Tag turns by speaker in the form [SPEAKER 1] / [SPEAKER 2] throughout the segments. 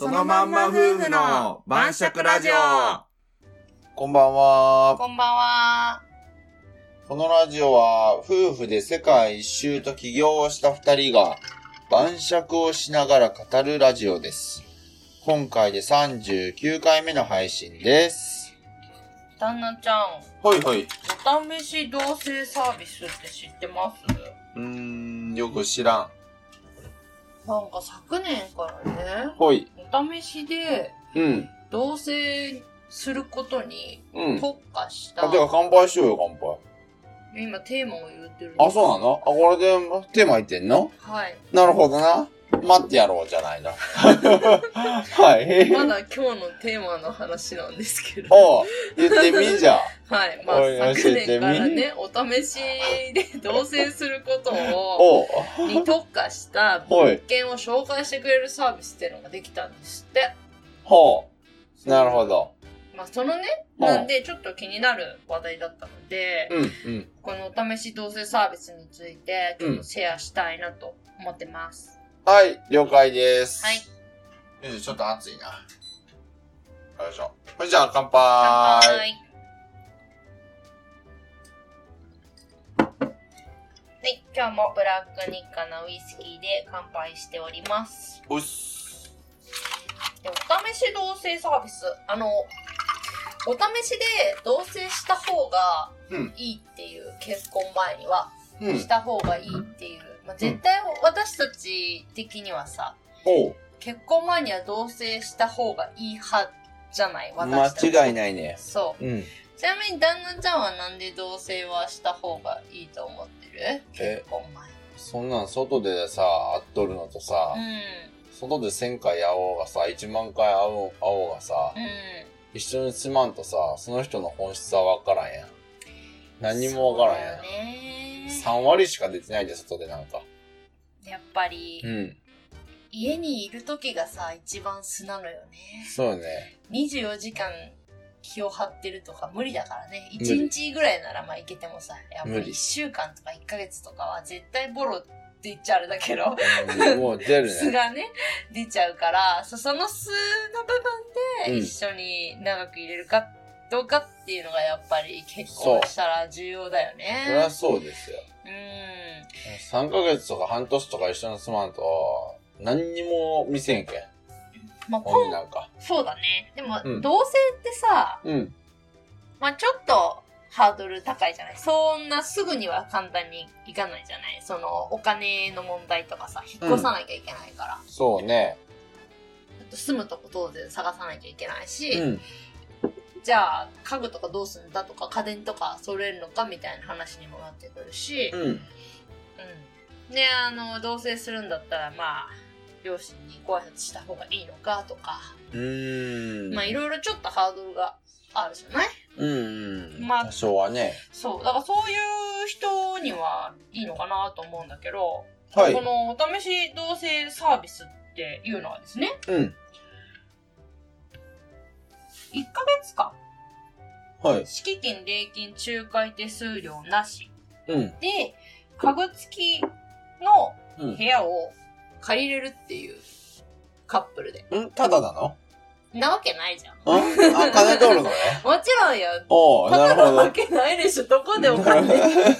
[SPEAKER 1] のまんま夫婦の晩酌ラジオ
[SPEAKER 2] こんばんは。
[SPEAKER 3] こんばんは。
[SPEAKER 2] このラジオは、夫婦で世界一周と起業をした二人が、晩酌をしながら語るラジオです。今回で39回目の配信です。
[SPEAKER 3] 旦那ちゃん、
[SPEAKER 2] はいはい。う
[SPEAKER 3] お試し同棲サービスって知ってます
[SPEAKER 2] ーん、よく知らん。
[SPEAKER 3] なんか昨年からね、
[SPEAKER 2] ほい。
[SPEAKER 3] お試しで
[SPEAKER 2] うん。
[SPEAKER 3] 同棲することに
[SPEAKER 2] うん。
[SPEAKER 3] 特化した、
[SPEAKER 2] あ、てか乾杯しようよ、乾
[SPEAKER 3] 今テーマを言ってるんです
[SPEAKER 2] 杯。あ、そうなのあ、これでテーマ入ってんの
[SPEAKER 3] はい。
[SPEAKER 2] なるほどな。待ってやろうじゃないの。 はい。
[SPEAKER 3] まだ今日のテーマの話なんですけど。
[SPEAKER 2] おう言ってみじゃあ。
[SPEAKER 3] はい。まあ
[SPEAKER 2] おい教え
[SPEAKER 3] 昨
[SPEAKER 2] てみ
[SPEAKER 3] 年からね、お試しで同棲することを、
[SPEAKER 2] おう
[SPEAKER 3] に特化した
[SPEAKER 2] ほ
[SPEAKER 3] 物
[SPEAKER 2] い。
[SPEAKER 3] 件を紹介してくれるサービスっていうのができたんですって。
[SPEAKER 2] ほう。なるほど。
[SPEAKER 3] まあ、そのね、
[SPEAKER 2] うん
[SPEAKER 3] なんでちょっと気になる話題だったので、
[SPEAKER 2] うん、うん。
[SPEAKER 3] このお試し同棲サービスについて、ちょっとシェアしたいなと思ってます。
[SPEAKER 2] はい、了解です。
[SPEAKER 3] はい。
[SPEAKER 2] よいしょ、ちょっと暑いな。よいしょ。それじゃあ、乾
[SPEAKER 3] 乾
[SPEAKER 2] 杯。
[SPEAKER 3] 杯。はい、今日もブラック日課のウイスキーで乾杯しております。
[SPEAKER 2] うっす。
[SPEAKER 3] でお試し同棲サービス、あの、お試しで同棲した方が
[SPEAKER 2] うん
[SPEAKER 3] いいっていう、結婚前には。
[SPEAKER 2] うん
[SPEAKER 3] し。た方がいいっていう、まあ、絶対私たち的にはさ
[SPEAKER 2] おう。
[SPEAKER 3] 結婚前には同棲した方がいい派じゃない私たち
[SPEAKER 2] 間違いないね。
[SPEAKER 3] そう
[SPEAKER 2] うん。
[SPEAKER 3] ちなみに旦那ちゃんはなんで同棲はした方がいいと思ってる
[SPEAKER 2] え
[SPEAKER 3] 結婚前
[SPEAKER 2] そんなん外でさ、会っとるのとさ、外で1000回会おうがさ、1万回会おう会おうがさ、
[SPEAKER 3] うんうん
[SPEAKER 2] 一緒に住まんとさ、その人の本質はわからんやん。何もわからん
[SPEAKER 3] そう
[SPEAKER 2] や
[SPEAKER 3] んだ。ね
[SPEAKER 2] 3割しか出てないで、外でなんか。
[SPEAKER 3] やっぱり、
[SPEAKER 2] うん。
[SPEAKER 3] 家にいる時がさ一番素なのよね
[SPEAKER 2] そうよね。
[SPEAKER 3] 24時間気を張ってるとか無理だからね
[SPEAKER 2] 無理
[SPEAKER 3] 1日ぐらいならまあいけてもさやっぱ
[SPEAKER 2] 無
[SPEAKER 3] り
[SPEAKER 2] 理
[SPEAKER 3] 1週間とか1ヶ月とかは絶対ボロって言っちゃあれだけど
[SPEAKER 2] うんもう出る
[SPEAKER 3] 素
[SPEAKER 2] ね。
[SPEAKER 3] がね 出ちゃうからそその素の部分
[SPEAKER 2] う
[SPEAKER 3] で
[SPEAKER 2] ん
[SPEAKER 3] 一緒に長くいれるかどうかっていうのがやっぱり結婚したら重要だよ
[SPEAKER 2] そりゃ
[SPEAKER 3] ね
[SPEAKER 2] そうですよ。
[SPEAKER 3] うん
[SPEAKER 2] 3ヶ月とか半年とか一緒に住まんと、何にも見せんけん。
[SPEAKER 3] まあこ
[SPEAKER 2] 本
[SPEAKER 3] ん
[SPEAKER 2] なんか。
[SPEAKER 3] そうだねでも
[SPEAKER 2] うん
[SPEAKER 3] 同棲ってさ、
[SPEAKER 2] うん。
[SPEAKER 3] まあちょっとハードル高いじゃないそんなすぐには簡単にいかないじゃないそのお金の問題とかさ引っ越さなきゃいけないから、
[SPEAKER 2] そうね。
[SPEAKER 3] あと住むとこ当然探さなきゃいけないし、
[SPEAKER 2] うん。
[SPEAKER 3] じゃあ家具とかどうすんだとか家電とか揃えるのかみたいな話にもなってくるし、うん
[SPEAKER 2] うん。
[SPEAKER 3] であの同棲するんだったらまあ両親にご挨拶した方がいいのかとか、
[SPEAKER 2] うーん。
[SPEAKER 3] まあいろいろちょっとハードルがあるじゃない
[SPEAKER 2] うん。
[SPEAKER 3] まあ
[SPEAKER 2] 多少はね。
[SPEAKER 3] そうだからそういう人にはいいのかなと思うんだけど
[SPEAKER 2] はい
[SPEAKER 3] こ。のお試し同棲サービスっていうのはですね、
[SPEAKER 2] うん。
[SPEAKER 3] 1ヶ月間、
[SPEAKER 2] はい。
[SPEAKER 3] 敷金、礼金、仲介手数料なし
[SPEAKER 2] うん。
[SPEAKER 3] で、家具付きの
[SPEAKER 2] う
[SPEAKER 3] 部屋を借りれるっていうカップルで。
[SPEAKER 2] ん。んただなの
[SPEAKER 3] なわけないじゃん。
[SPEAKER 2] んあ、金取るのね。
[SPEAKER 3] もちろんよ。
[SPEAKER 2] おお
[SPEAKER 3] た
[SPEAKER 2] な
[SPEAKER 3] だ
[SPEAKER 2] る
[SPEAKER 3] な
[SPEAKER 2] ほ
[SPEAKER 3] わ
[SPEAKER 2] ど。
[SPEAKER 3] けないでしょ。どこでお 金。違う違う違う。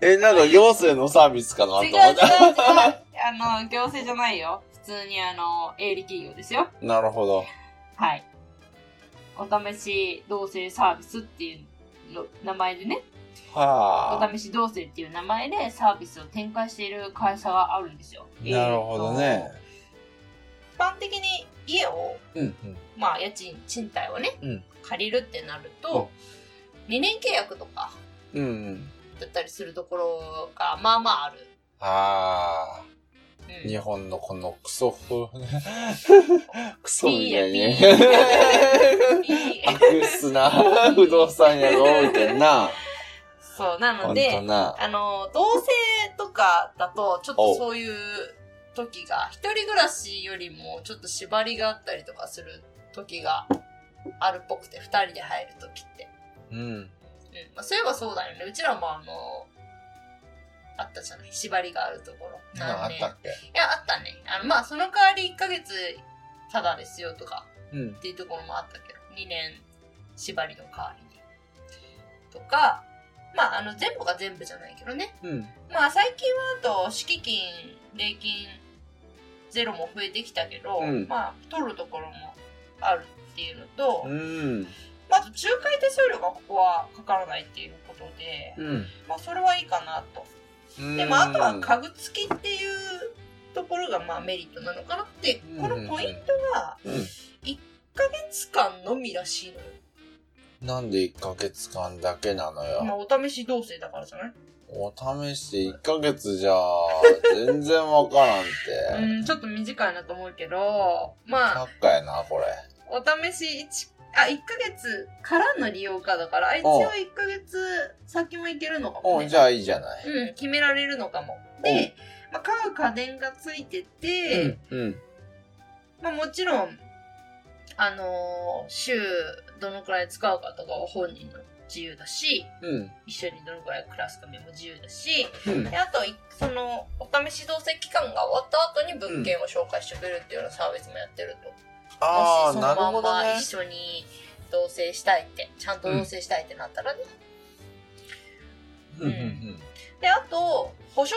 [SPEAKER 2] え、なんか行政のサービスかなと思った。
[SPEAKER 3] あの、行政じゃないよ。普通にあの、営利企業ですよ。
[SPEAKER 2] なるほど。
[SPEAKER 3] はい。お試し同棲サービスっていうの名前でね、お
[SPEAKER 2] はあ。
[SPEAKER 3] 試し同棲っていう名前でサービスを展開している会社があるんですよ。
[SPEAKER 2] なるほどね。
[SPEAKER 3] えーと。一般的に家を、
[SPEAKER 2] うん。
[SPEAKER 3] まあ家賃、賃貸をね、
[SPEAKER 2] うん
[SPEAKER 3] 借りるってなると、2年契約とか
[SPEAKER 2] うん。うん。
[SPEAKER 3] だったりするところがまあまあある。
[SPEAKER 2] ああ。
[SPEAKER 3] うん
[SPEAKER 2] 日本のこのクソ風。 クソみ
[SPEAKER 3] いい
[SPEAKER 2] た
[SPEAKER 3] や
[SPEAKER 2] い
[SPEAKER 3] い
[SPEAKER 2] に。
[SPEAKER 3] いやいいや
[SPEAKER 2] 悪質 な不動産屋が多いけんな。
[SPEAKER 3] そう、な
[SPEAKER 2] ほ
[SPEAKER 3] の
[SPEAKER 2] ん
[SPEAKER 3] で、
[SPEAKER 2] とな。
[SPEAKER 3] あの、同棲とかだと、ちょっとそういう時が、一人暮らしよりもちょっと縛りがあったりとかする時があるっぽくて、二人で入る時って。
[SPEAKER 2] うん。
[SPEAKER 3] うん。まあ、そういえばそうだよね。うちらもあの、あったじゃない。縛りがあるところ。
[SPEAKER 2] あ
[SPEAKER 3] 何
[SPEAKER 2] っ
[SPEAKER 3] 年
[SPEAKER 2] たっけ
[SPEAKER 3] いや、あったね。あの、まあ、その代わり1ヶ月タダですよとか
[SPEAKER 2] うん。
[SPEAKER 3] っていうところもあったけど2年縛りの代わりにとかまああの全部が全部じゃないけどね
[SPEAKER 2] うん。
[SPEAKER 3] まあ最近はあと敷金礼金ゼロも増えてきたけど、
[SPEAKER 2] うん
[SPEAKER 3] まあ取るところもあるっていうのと、
[SPEAKER 2] うん。
[SPEAKER 3] まあ、あと仲介手数料がここはかからないっていうことで、
[SPEAKER 2] う
[SPEAKER 3] まあ、それはいいかなと
[SPEAKER 2] ん。
[SPEAKER 3] で、まあ、あとは家具付きっていうところがまあメリットなのかなって
[SPEAKER 2] うん
[SPEAKER 3] このポイントが
[SPEAKER 2] うん
[SPEAKER 3] 1ヶ月間のみらしいのよ、
[SPEAKER 2] なんで1ヶ月間だけなの
[SPEAKER 3] まあ、
[SPEAKER 2] よ。
[SPEAKER 3] お試し同棲だからじゃない
[SPEAKER 2] お試し1ヶ月じゃ、全然わからんって。
[SPEAKER 3] うんちょっと短いなと思うけどまあ
[SPEAKER 2] 100回やな、これ。
[SPEAKER 3] お試し1あ1ヶ月からの利用かだから一
[SPEAKER 2] おう
[SPEAKER 3] 応1ヶ月先もいけるのかも、
[SPEAKER 2] お
[SPEAKER 3] ね、
[SPEAKER 2] じゃあいいじゃない。
[SPEAKER 3] うん、決められるのかも。で、まあ、買う家電がついてて、
[SPEAKER 2] うん。
[SPEAKER 3] まあ、もちろん、あのー週どのくらい使うかとかは本人の自由だし、
[SPEAKER 2] うん。
[SPEAKER 3] 一緒にどのくらい暮らすかも自由だし、
[SPEAKER 2] うん。
[SPEAKER 3] であと、いその、お試し同棲期間が終わった後に物件を紹介してくれるっていうようなサービスもやってると。もし
[SPEAKER 2] ああ、
[SPEAKER 3] その
[SPEAKER 2] なる
[SPEAKER 3] ま
[SPEAKER 2] ほ
[SPEAKER 3] ん
[SPEAKER 2] ど
[SPEAKER 3] ま
[SPEAKER 2] ね。
[SPEAKER 3] 一緒に同棲したいって、ちゃんと同棲したいってなったらね。
[SPEAKER 2] うんうん
[SPEAKER 3] で、あと、保証人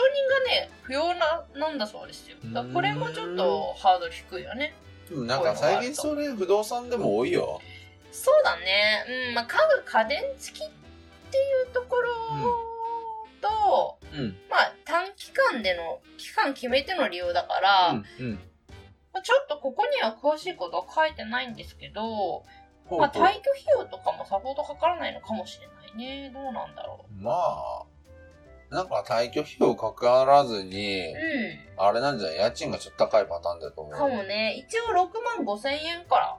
[SPEAKER 3] がね、不要な、なんだそうですよ。だからこれもちょっとハードル低いよね。
[SPEAKER 2] うん。でもなんか最近それ不動産でも多いよ。
[SPEAKER 3] そうだね。うん、まあ、家具家電付きっていうところと、
[SPEAKER 2] うん。
[SPEAKER 3] まあ、短期間での、期間決めての利用だから、
[SPEAKER 2] うん。
[SPEAKER 3] まあ、ちょっとここには詳しいことは書いてないんですけど、
[SPEAKER 2] ほう
[SPEAKER 3] まあ、
[SPEAKER 2] ほ
[SPEAKER 3] 退去
[SPEAKER 2] う
[SPEAKER 3] 費用とかもさほどかからないのかもしれないね。どうなんだろ
[SPEAKER 2] まあ、なんか退去費用かからず
[SPEAKER 3] う。、
[SPEAKER 2] に
[SPEAKER 3] う
[SPEAKER 2] あれなんじゃない家賃がちょっと高いパターンだと思
[SPEAKER 3] ん。
[SPEAKER 2] う。
[SPEAKER 3] かもね、一応6万5千円から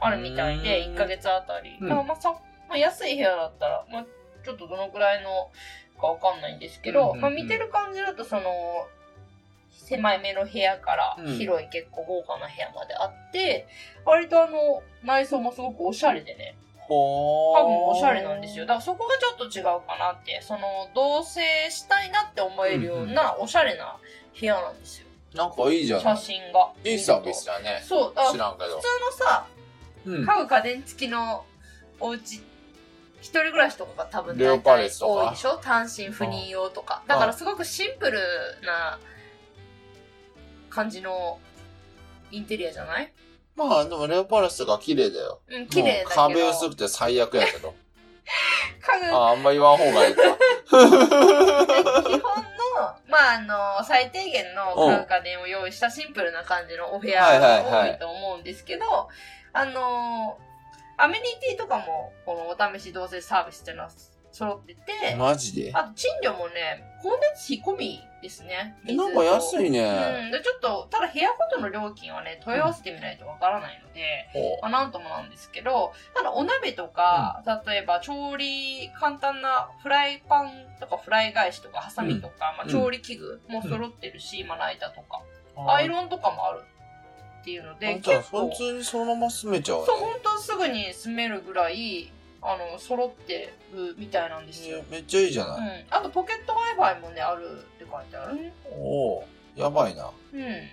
[SPEAKER 3] あるみたいで、
[SPEAKER 2] うん
[SPEAKER 3] 1ヶ月あたり。
[SPEAKER 2] うん
[SPEAKER 3] まあ、まあ、さまあ、安い部屋だったら、まあ、ちょっとどのくらいのかわかんないんですけど、
[SPEAKER 2] うんうんうん
[SPEAKER 3] まあ、見てる感じだと、その、狭い目の部屋から
[SPEAKER 2] うん
[SPEAKER 3] 広い結構豪華な部屋まであって、割とあの、内装もすごくおしゃれでね、
[SPEAKER 2] ほー
[SPEAKER 3] 多分おしゃれなんですよだからそこがちょっと違うかなってその同棲したいなって思えるようなおしゃれな部屋なんですよ、
[SPEAKER 2] なんかいいじゃな
[SPEAKER 3] 写
[SPEAKER 2] い
[SPEAKER 3] 真が
[SPEAKER 2] いいサービスだね。
[SPEAKER 3] そうだから
[SPEAKER 2] 知
[SPEAKER 3] 普
[SPEAKER 2] らんけど。
[SPEAKER 3] 通のさ
[SPEAKER 2] うん。
[SPEAKER 3] 家具家電付きのお家一人暮らしとかが多分
[SPEAKER 2] レオ
[SPEAKER 3] 大
[SPEAKER 2] パレ
[SPEAKER 3] 体
[SPEAKER 2] スとか
[SPEAKER 3] 多いでしょ単身赴任用とかだからすごくシンプルな感じのインテリアじゃない
[SPEAKER 2] まあでもレオパレスとか綺麗だよ。
[SPEAKER 3] うん綺麗だけど
[SPEAKER 2] もう壁薄くて最悪やけど。
[SPEAKER 3] 家具
[SPEAKER 2] ああんま言わん方がいい か。
[SPEAKER 3] 基本の、まあ、あの、最低限の家具家電を用意したシンプルな感じのお部屋が
[SPEAKER 2] はいはい
[SPEAKER 3] 多
[SPEAKER 2] はい
[SPEAKER 3] いと思うんですけど、あの、アメニティとかも、このお試し同棲サービスっていうのは揃ってて、
[SPEAKER 2] マジで
[SPEAKER 3] あと賃料もね、光熱費込みですね。
[SPEAKER 2] えなんか安
[SPEAKER 3] い
[SPEAKER 2] いね。
[SPEAKER 3] うん、でちょっと、ただ部屋ごとの料金はね、問い合わせてみないとわからないので、
[SPEAKER 2] ほ
[SPEAKER 3] まあ、なんともなんですけど、ただお鍋とか、例えば調理、簡単なフライパンとかフライ返しとかハサミとか、まあ、調理器具も揃ってるし、まな板とか、
[SPEAKER 2] う
[SPEAKER 3] アイロンとかもあるっていうので、
[SPEAKER 2] あじゃあ
[SPEAKER 3] 結構
[SPEAKER 2] 普、通にそのまま住めちゃうね
[SPEAKER 3] そう、本当すぐに住めるぐらい、あの、揃ってるみたいなんですよ。
[SPEAKER 2] えめっちゃいいじゃ
[SPEAKER 3] う
[SPEAKER 2] ない。
[SPEAKER 3] ん。あとポケット Wi-Fi もね、あるって書いてあるね。
[SPEAKER 2] おおやばいな。
[SPEAKER 3] うん。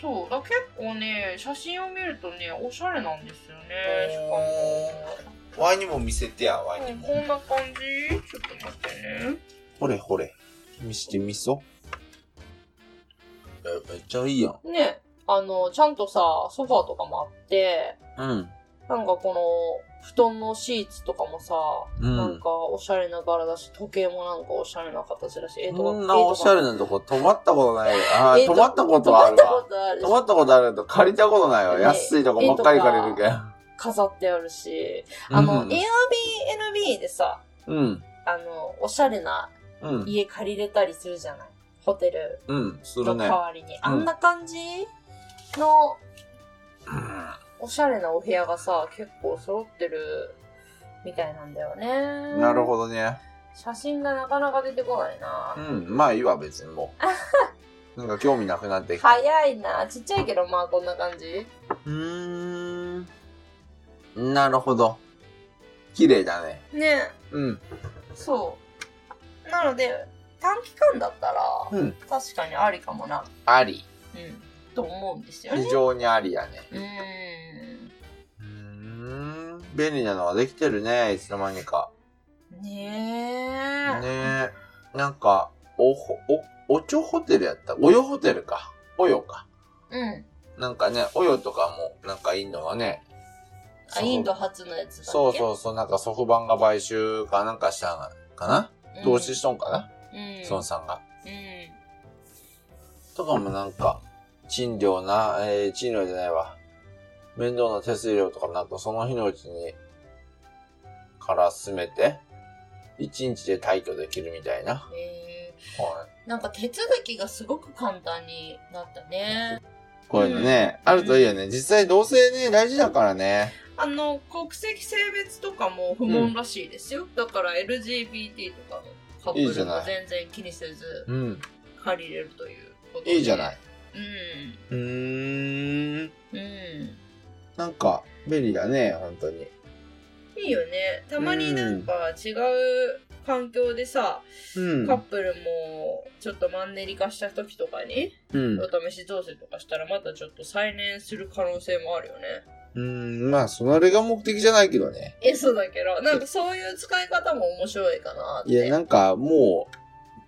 [SPEAKER 3] そう、だから結構ね、写真を見るとね、おしゃれなんですよね、しかも。
[SPEAKER 2] ワイにも見せてや、ワイ
[SPEAKER 3] う
[SPEAKER 2] に
[SPEAKER 3] ん
[SPEAKER 2] も。
[SPEAKER 3] こんな感じちょっと待ってね。
[SPEAKER 2] ほれほれ。見してみそう。え、めっちゃいいやん。
[SPEAKER 3] ね、あの、ちゃんとさ、ソファーとかもあって、
[SPEAKER 2] うん。
[SPEAKER 3] なんかこの、布団のシーツとかもさ、
[SPEAKER 2] うん
[SPEAKER 3] なんかおしゃれな柄だし、時計もなんかおしゃれな形だし、絵とか。
[SPEAKER 2] こんなおしゃれなとこ泊まったことないよ。ああ、
[SPEAKER 3] 絵
[SPEAKER 2] 泊まったことはある
[SPEAKER 3] 泊まったこ。
[SPEAKER 2] わ
[SPEAKER 3] とあるし
[SPEAKER 2] 泊まったことあるけど借りたことないわ。
[SPEAKER 3] ね
[SPEAKER 2] 安いとこばっかり
[SPEAKER 3] 絵とか
[SPEAKER 2] 借りるけん。
[SPEAKER 3] 飾ってあるし、あの、
[SPEAKER 2] うん
[SPEAKER 3] Airbnb でさ、
[SPEAKER 2] うん。
[SPEAKER 3] あの、おしゃれな
[SPEAKER 2] うん。
[SPEAKER 3] 家借りれたりするじゃないホテル
[SPEAKER 2] うん。する
[SPEAKER 3] の
[SPEAKER 2] ね
[SPEAKER 3] 代。わりに。あんな感じのおしゃれなお部屋がさ結構揃ってるみたいなんだよね
[SPEAKER 2] なるほどね。
[SPEAKER 3] 写真がなかなか出てこないな、
[SPEAKER 2] うん。まあいいわ、別にもう。なんか興味なくなってきた。
[SPEAKER 3] 早いなちっちゃいけどまあこんな感じ
[SPEAKER 2] うーん。なるほど。綺麗だね。
[SPEAKER 3] ね
[SPEAKER 2] うん。
[SPEAKER 3] そうなので短期間だったら
[SPEAKER 2] うん。
[SPEAKER 3] 確かにありかもな
[SPEAKER 2] あり。
[SPEAKER 3] うんと思うんですよね
[SPEAKER 2] 非。常にありやね。
[SPEAKER 3] うー
[SPEAKER 2] うーん。便利なのができてるね、いつの間にか。
[SPEAKER 3] ん。ねえ。
[SPEAKER 2] ねえ。なんか、おほ、お、おちょホテルやった。およホテルか。およか。
[SPEAKER 3] うん。
[SPEAKER 2] なんかね、およとかも、なんかインドはね。
[SPEAKER 3] あ、インド初のやつだっけ
[SPEAKER 2] そうそうそう、なんか祖父版が買収かなんかしたんかな、
[SPEAKER 3] うん
[SPEAKER 2] 投資しとんかな、
[SPEAKER 3] うん。
[SPEAKER 2] 孫さんが。
[SPEAKER 3] うん。
[SPEAKER 2] とかもなんか、賃料な、えー、賃料じゃないわ。面倒な手数料とかなんかその日のうちに、から進めて、一日で退去できるみたいな。
[SPEAKER 3] え
[SPEAKER 2] は
[SPEAKER 3] ー、なんか手続きがすごく簡単になったね。
[SPEAKER 2] い。こういうのね、あるといいよね。実際同性ね、大事だからね。
[SPEAKER 3] あの、国籍性別とかも不問らしいですよ。だから LGBT とかのカップ
[SPEAKER 2] いいじゃ
[SPEAKER 3] ル
[SPEAKER 2] な
[SPEAKER 3] も
[SPEAKER 2] い
[SPEAKER 3] 全然気にせず
[SPEAKER 2] うん。
[SPEAKER 3] 借りれるということで
[SPEAKER 2] いいじゃない。。
[SPEAKER 3] う
[SPEAKER 2] うー
[SPEAKER 3] ん。
[SPEAKER 2] ん。
[SPEAKER 3] うん。
[SPEAKER 2] なんか、便利だね、本当に。
[SPEAKER 3] いいよね。たまになんか違う環境でさ、
[SPEAKER 2] うん
[SPEAKER 3] カッ。プルもちょっとマンネリ化した時とかに、
[SPEAKER 2] うん。
[SPEAKER 3] お試し造成とかしたらまたちょっと再燃する可能性もあるよね。
[SPEAKER 2] うーん、まあ、それが目的じゃないけどね。
[SPEAKER 3] え、そうだけど、なんかそういう使い方も面白いかなって。
[SPEAKER 2] いや、なんか、もう、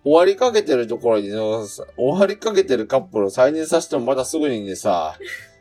[SPEAKER 2] 終わりかけてるところに、その終わりかけてるカップルを再燃させてもまたすぐにね、さ、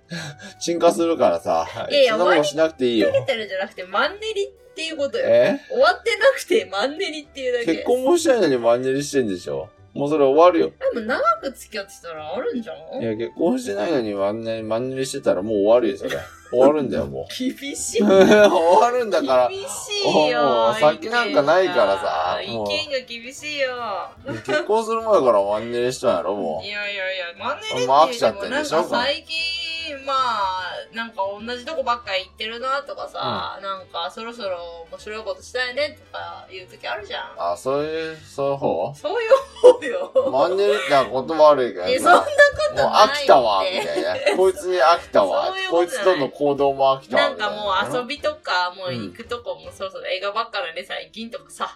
[SPEAKER 2] 沈下するからさ、
[SPEAKER 3] いやいや
[SPEAKER 2] そんなことしなくていいよ
[SPEAKER 3] か。けてるじゃなくて、マンネリっていうことよ。
[SPEAKER 2] え
[SPEAKER 3] 終わってなくて、マンネリっていうだけ。
[SPEAKER 2] 結婚もしてないのにマンネリしてんでしょもうそれ終わるよ。
[SPEAKER 3] でも長く付き合ってたらあるんじゃ
[SPEAKER 2] い
[SPEAKER 3] ん
[SPEAKER 2] や、結婚してないのにマンネリ、マンネリしてたらもう終わるよ、それ。終わるんだよ、 もう。
[SPEAKER 3] 厳しい。
[SPEAKER 2] 終わるんだから。
[SPEAKER 3] 厳しい
[SPEAKER 2] も
[SPEAKER 3] よ
[SPEAKER 2] う。先なんかないからさ
[SPEAKER 3] 意見
[SPEAKER 2] も
[SPEAKER 3] が
[SPEAKER 2] う
[SPEAKER 3] 意見が厳しいよ。
[SPEAKER 2] 結婚する前からマンネリしたんやろ、も。
[SPEAKER 3] いうやいやいや、マンネリって
[SPEAKER 2] もう飽きち
[SPEAKER 3] 言
[SPEAKER 2] ゃ
[SPEAKER 3] っ
[SPEAKER 2] ってて
[SPEAKER 3] も
[SPEAKER 2] ん
[SPEAKER 3] なん
[SPEAKER 2] でしょ
[SPEAKER 3] か最近、まあ、なんか同じとこばっかり行ってるなとかさ、なんかそろそろ面白いことしたいねとかいう時あるじゃん。
[SPEAKER 2] あ、そういう、そういう方
[SPEAKER 3] そういう方よ。
[SPEAKER 2] マンネリって言葉悪いけど
[SPEAKER 3] え、そん
[SPEAKER 2] さ
[SPEAKER 3] なこ
[SPEAKER 2] も
[SPEAKER 3] と
[SPEAKER 2] う
[SPEAKER 3] ない
[SPEAKER 2] 飽きたわ、み
[SPEAKER 3] って
[SPEAKER 2] たいな。こいつに飽きたわ。
[SPEAKER 3] そういう
[SPEAKER 2] こ
[SPEAKER 3] こ
[SPEAKER 2] い
[SPEAKER 3] とじ
[SPEAKER 2] つ
[SPEAKER 3] ゃない
[SPEAKER 2] との行動も飽きたわ。
[SPEAKER 3] なんかもう遊
[SPEAKER 2] び。
[SPEAKER 3] びとか、もう行くとこもそろそろ映画ばっかなんで最近とかさ、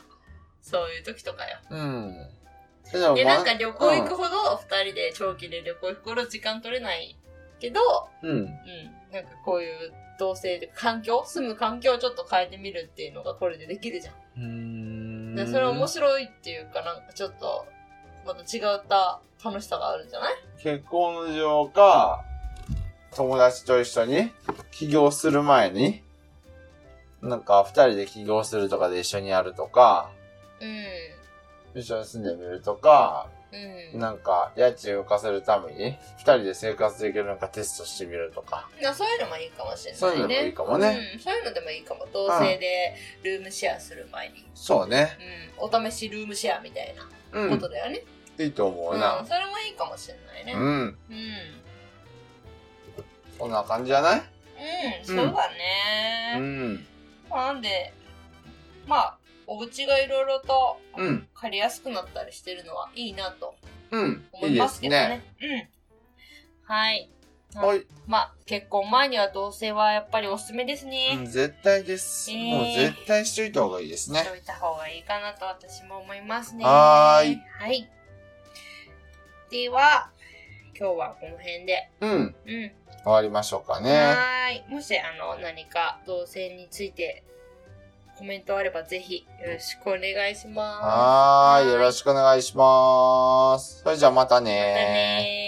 [SPEAKER 3] そういう時とかよ。
[SPEAKER 2] うん。でも
[SPEAKER 3] で、
[SPEAKER 2] まあ
[SPEAKER 3] なんか旅行行くほど、二人で長期で旅行行くほど時間取れないけど、
[SPEAKER 2] うん。
[SPEAKER 3] うん、なんかこういう同性で環境、住む環境をちょっと変えてみるっていうのがこれでできるじゃん。
[SPEAKER 2] う
[SPEAKER 3] で
[SPEAKER 2] ん。
[SPEAKER 3] それ面白いっていうか、なんかちょっと、また違った楽しさがあるんじゃない
[SPEAKER 2] 結婚の情報か、友達と一緒に起業する前に、なんか二人で起業するとかで一緒にやるとか、
[SPEAKER 3] う
[SPEAKER 2] 一緒に住んでみるとか、
[SPEAKER 3] ん。うん。
[SPEAKER 2] なんか家賃浮かせるために二人で生活できるのかテストしてみるとか。
[SPEAKER 3] なそういうのもいいかもしれないね。
[SPEAKER 2] そういうのもいいかもね
[SPEAKER 3] うん、そういうのでもいいかも。同性でルームシェアする前に。
[SPEAKER 2] そうね。
[SPEAKER 3] うん、お試しルームシェアみたいな
[SPEAKER 2] う
[SPEAKER 3] こ
[SPEAKER 2] ん
[SPEAKER 3] と。だよね。
[SPEAKER 2] いいと思
[SPEAKER 3] うん、
[SPEAKER 2] うな。
[SPEAKER 3] それもいいかもしれないね。
[SPEAKER 2] う
[SPEAKER 3] うん。うん、
[SPEAKER 2] ん。こんな感じじゃない
[SPEAKER 3] そうだね。
[SPEAKER 2] うん。
[SPEAKER 3] まあなんで、まあ、お家がいろいろと
[SPEAKER 2] うん。
[SPEAKER 3] 借りやすくなったりしてるのはいいなと
[SPEAKER 2] うん。
[SPEAKER 3] 思
[SPEAKER 2] いい
[SPEAKER 3] い
[SPEAKER 2] で
[SPEAKER 3] ます
[SPEAKER 2] す
[SPEAKER 3] けどね
[SPEAKER 2] ね。。
[SPEAKER 3] うん。はい。
[SPEAKER 2] はい。
[SPEAKER 3] まあ、結婚前には同性はやっぱりおすすめですね。
[SPEAKER 2] うん絶対です。
[SPEAKER 3] えー
[SPEAKER 2] もう絶対しといた方がいいです
[SPEAKER 3] し
[SPEAKER 2] ね。
[SPEAKER 3] といた方がいいかなと私も思いますね。
[SPEAKER 2] はーい。
[SPEAKER 3] はい。では、今日はこの辺で。
[SPEAKER 2] うん。
[SPEAKER 3] うん。
[SPEAKER 2] 終わりましょうかね。
[SPEAKER 3] はーい。もし、あの、何か同性についてコメントあればぜひよろしくお願いします。
[SPEAKER 2] は
[SPEAKER 3] は
[SPEAKER 2] ー
[SPEAKER 3] い
[SPEAKER 2] い。よろしくお願いします。それじゃあまた
[SPEAKER 3] また
[SPEAKER 2] ね
[SPEAKER 3] ねー。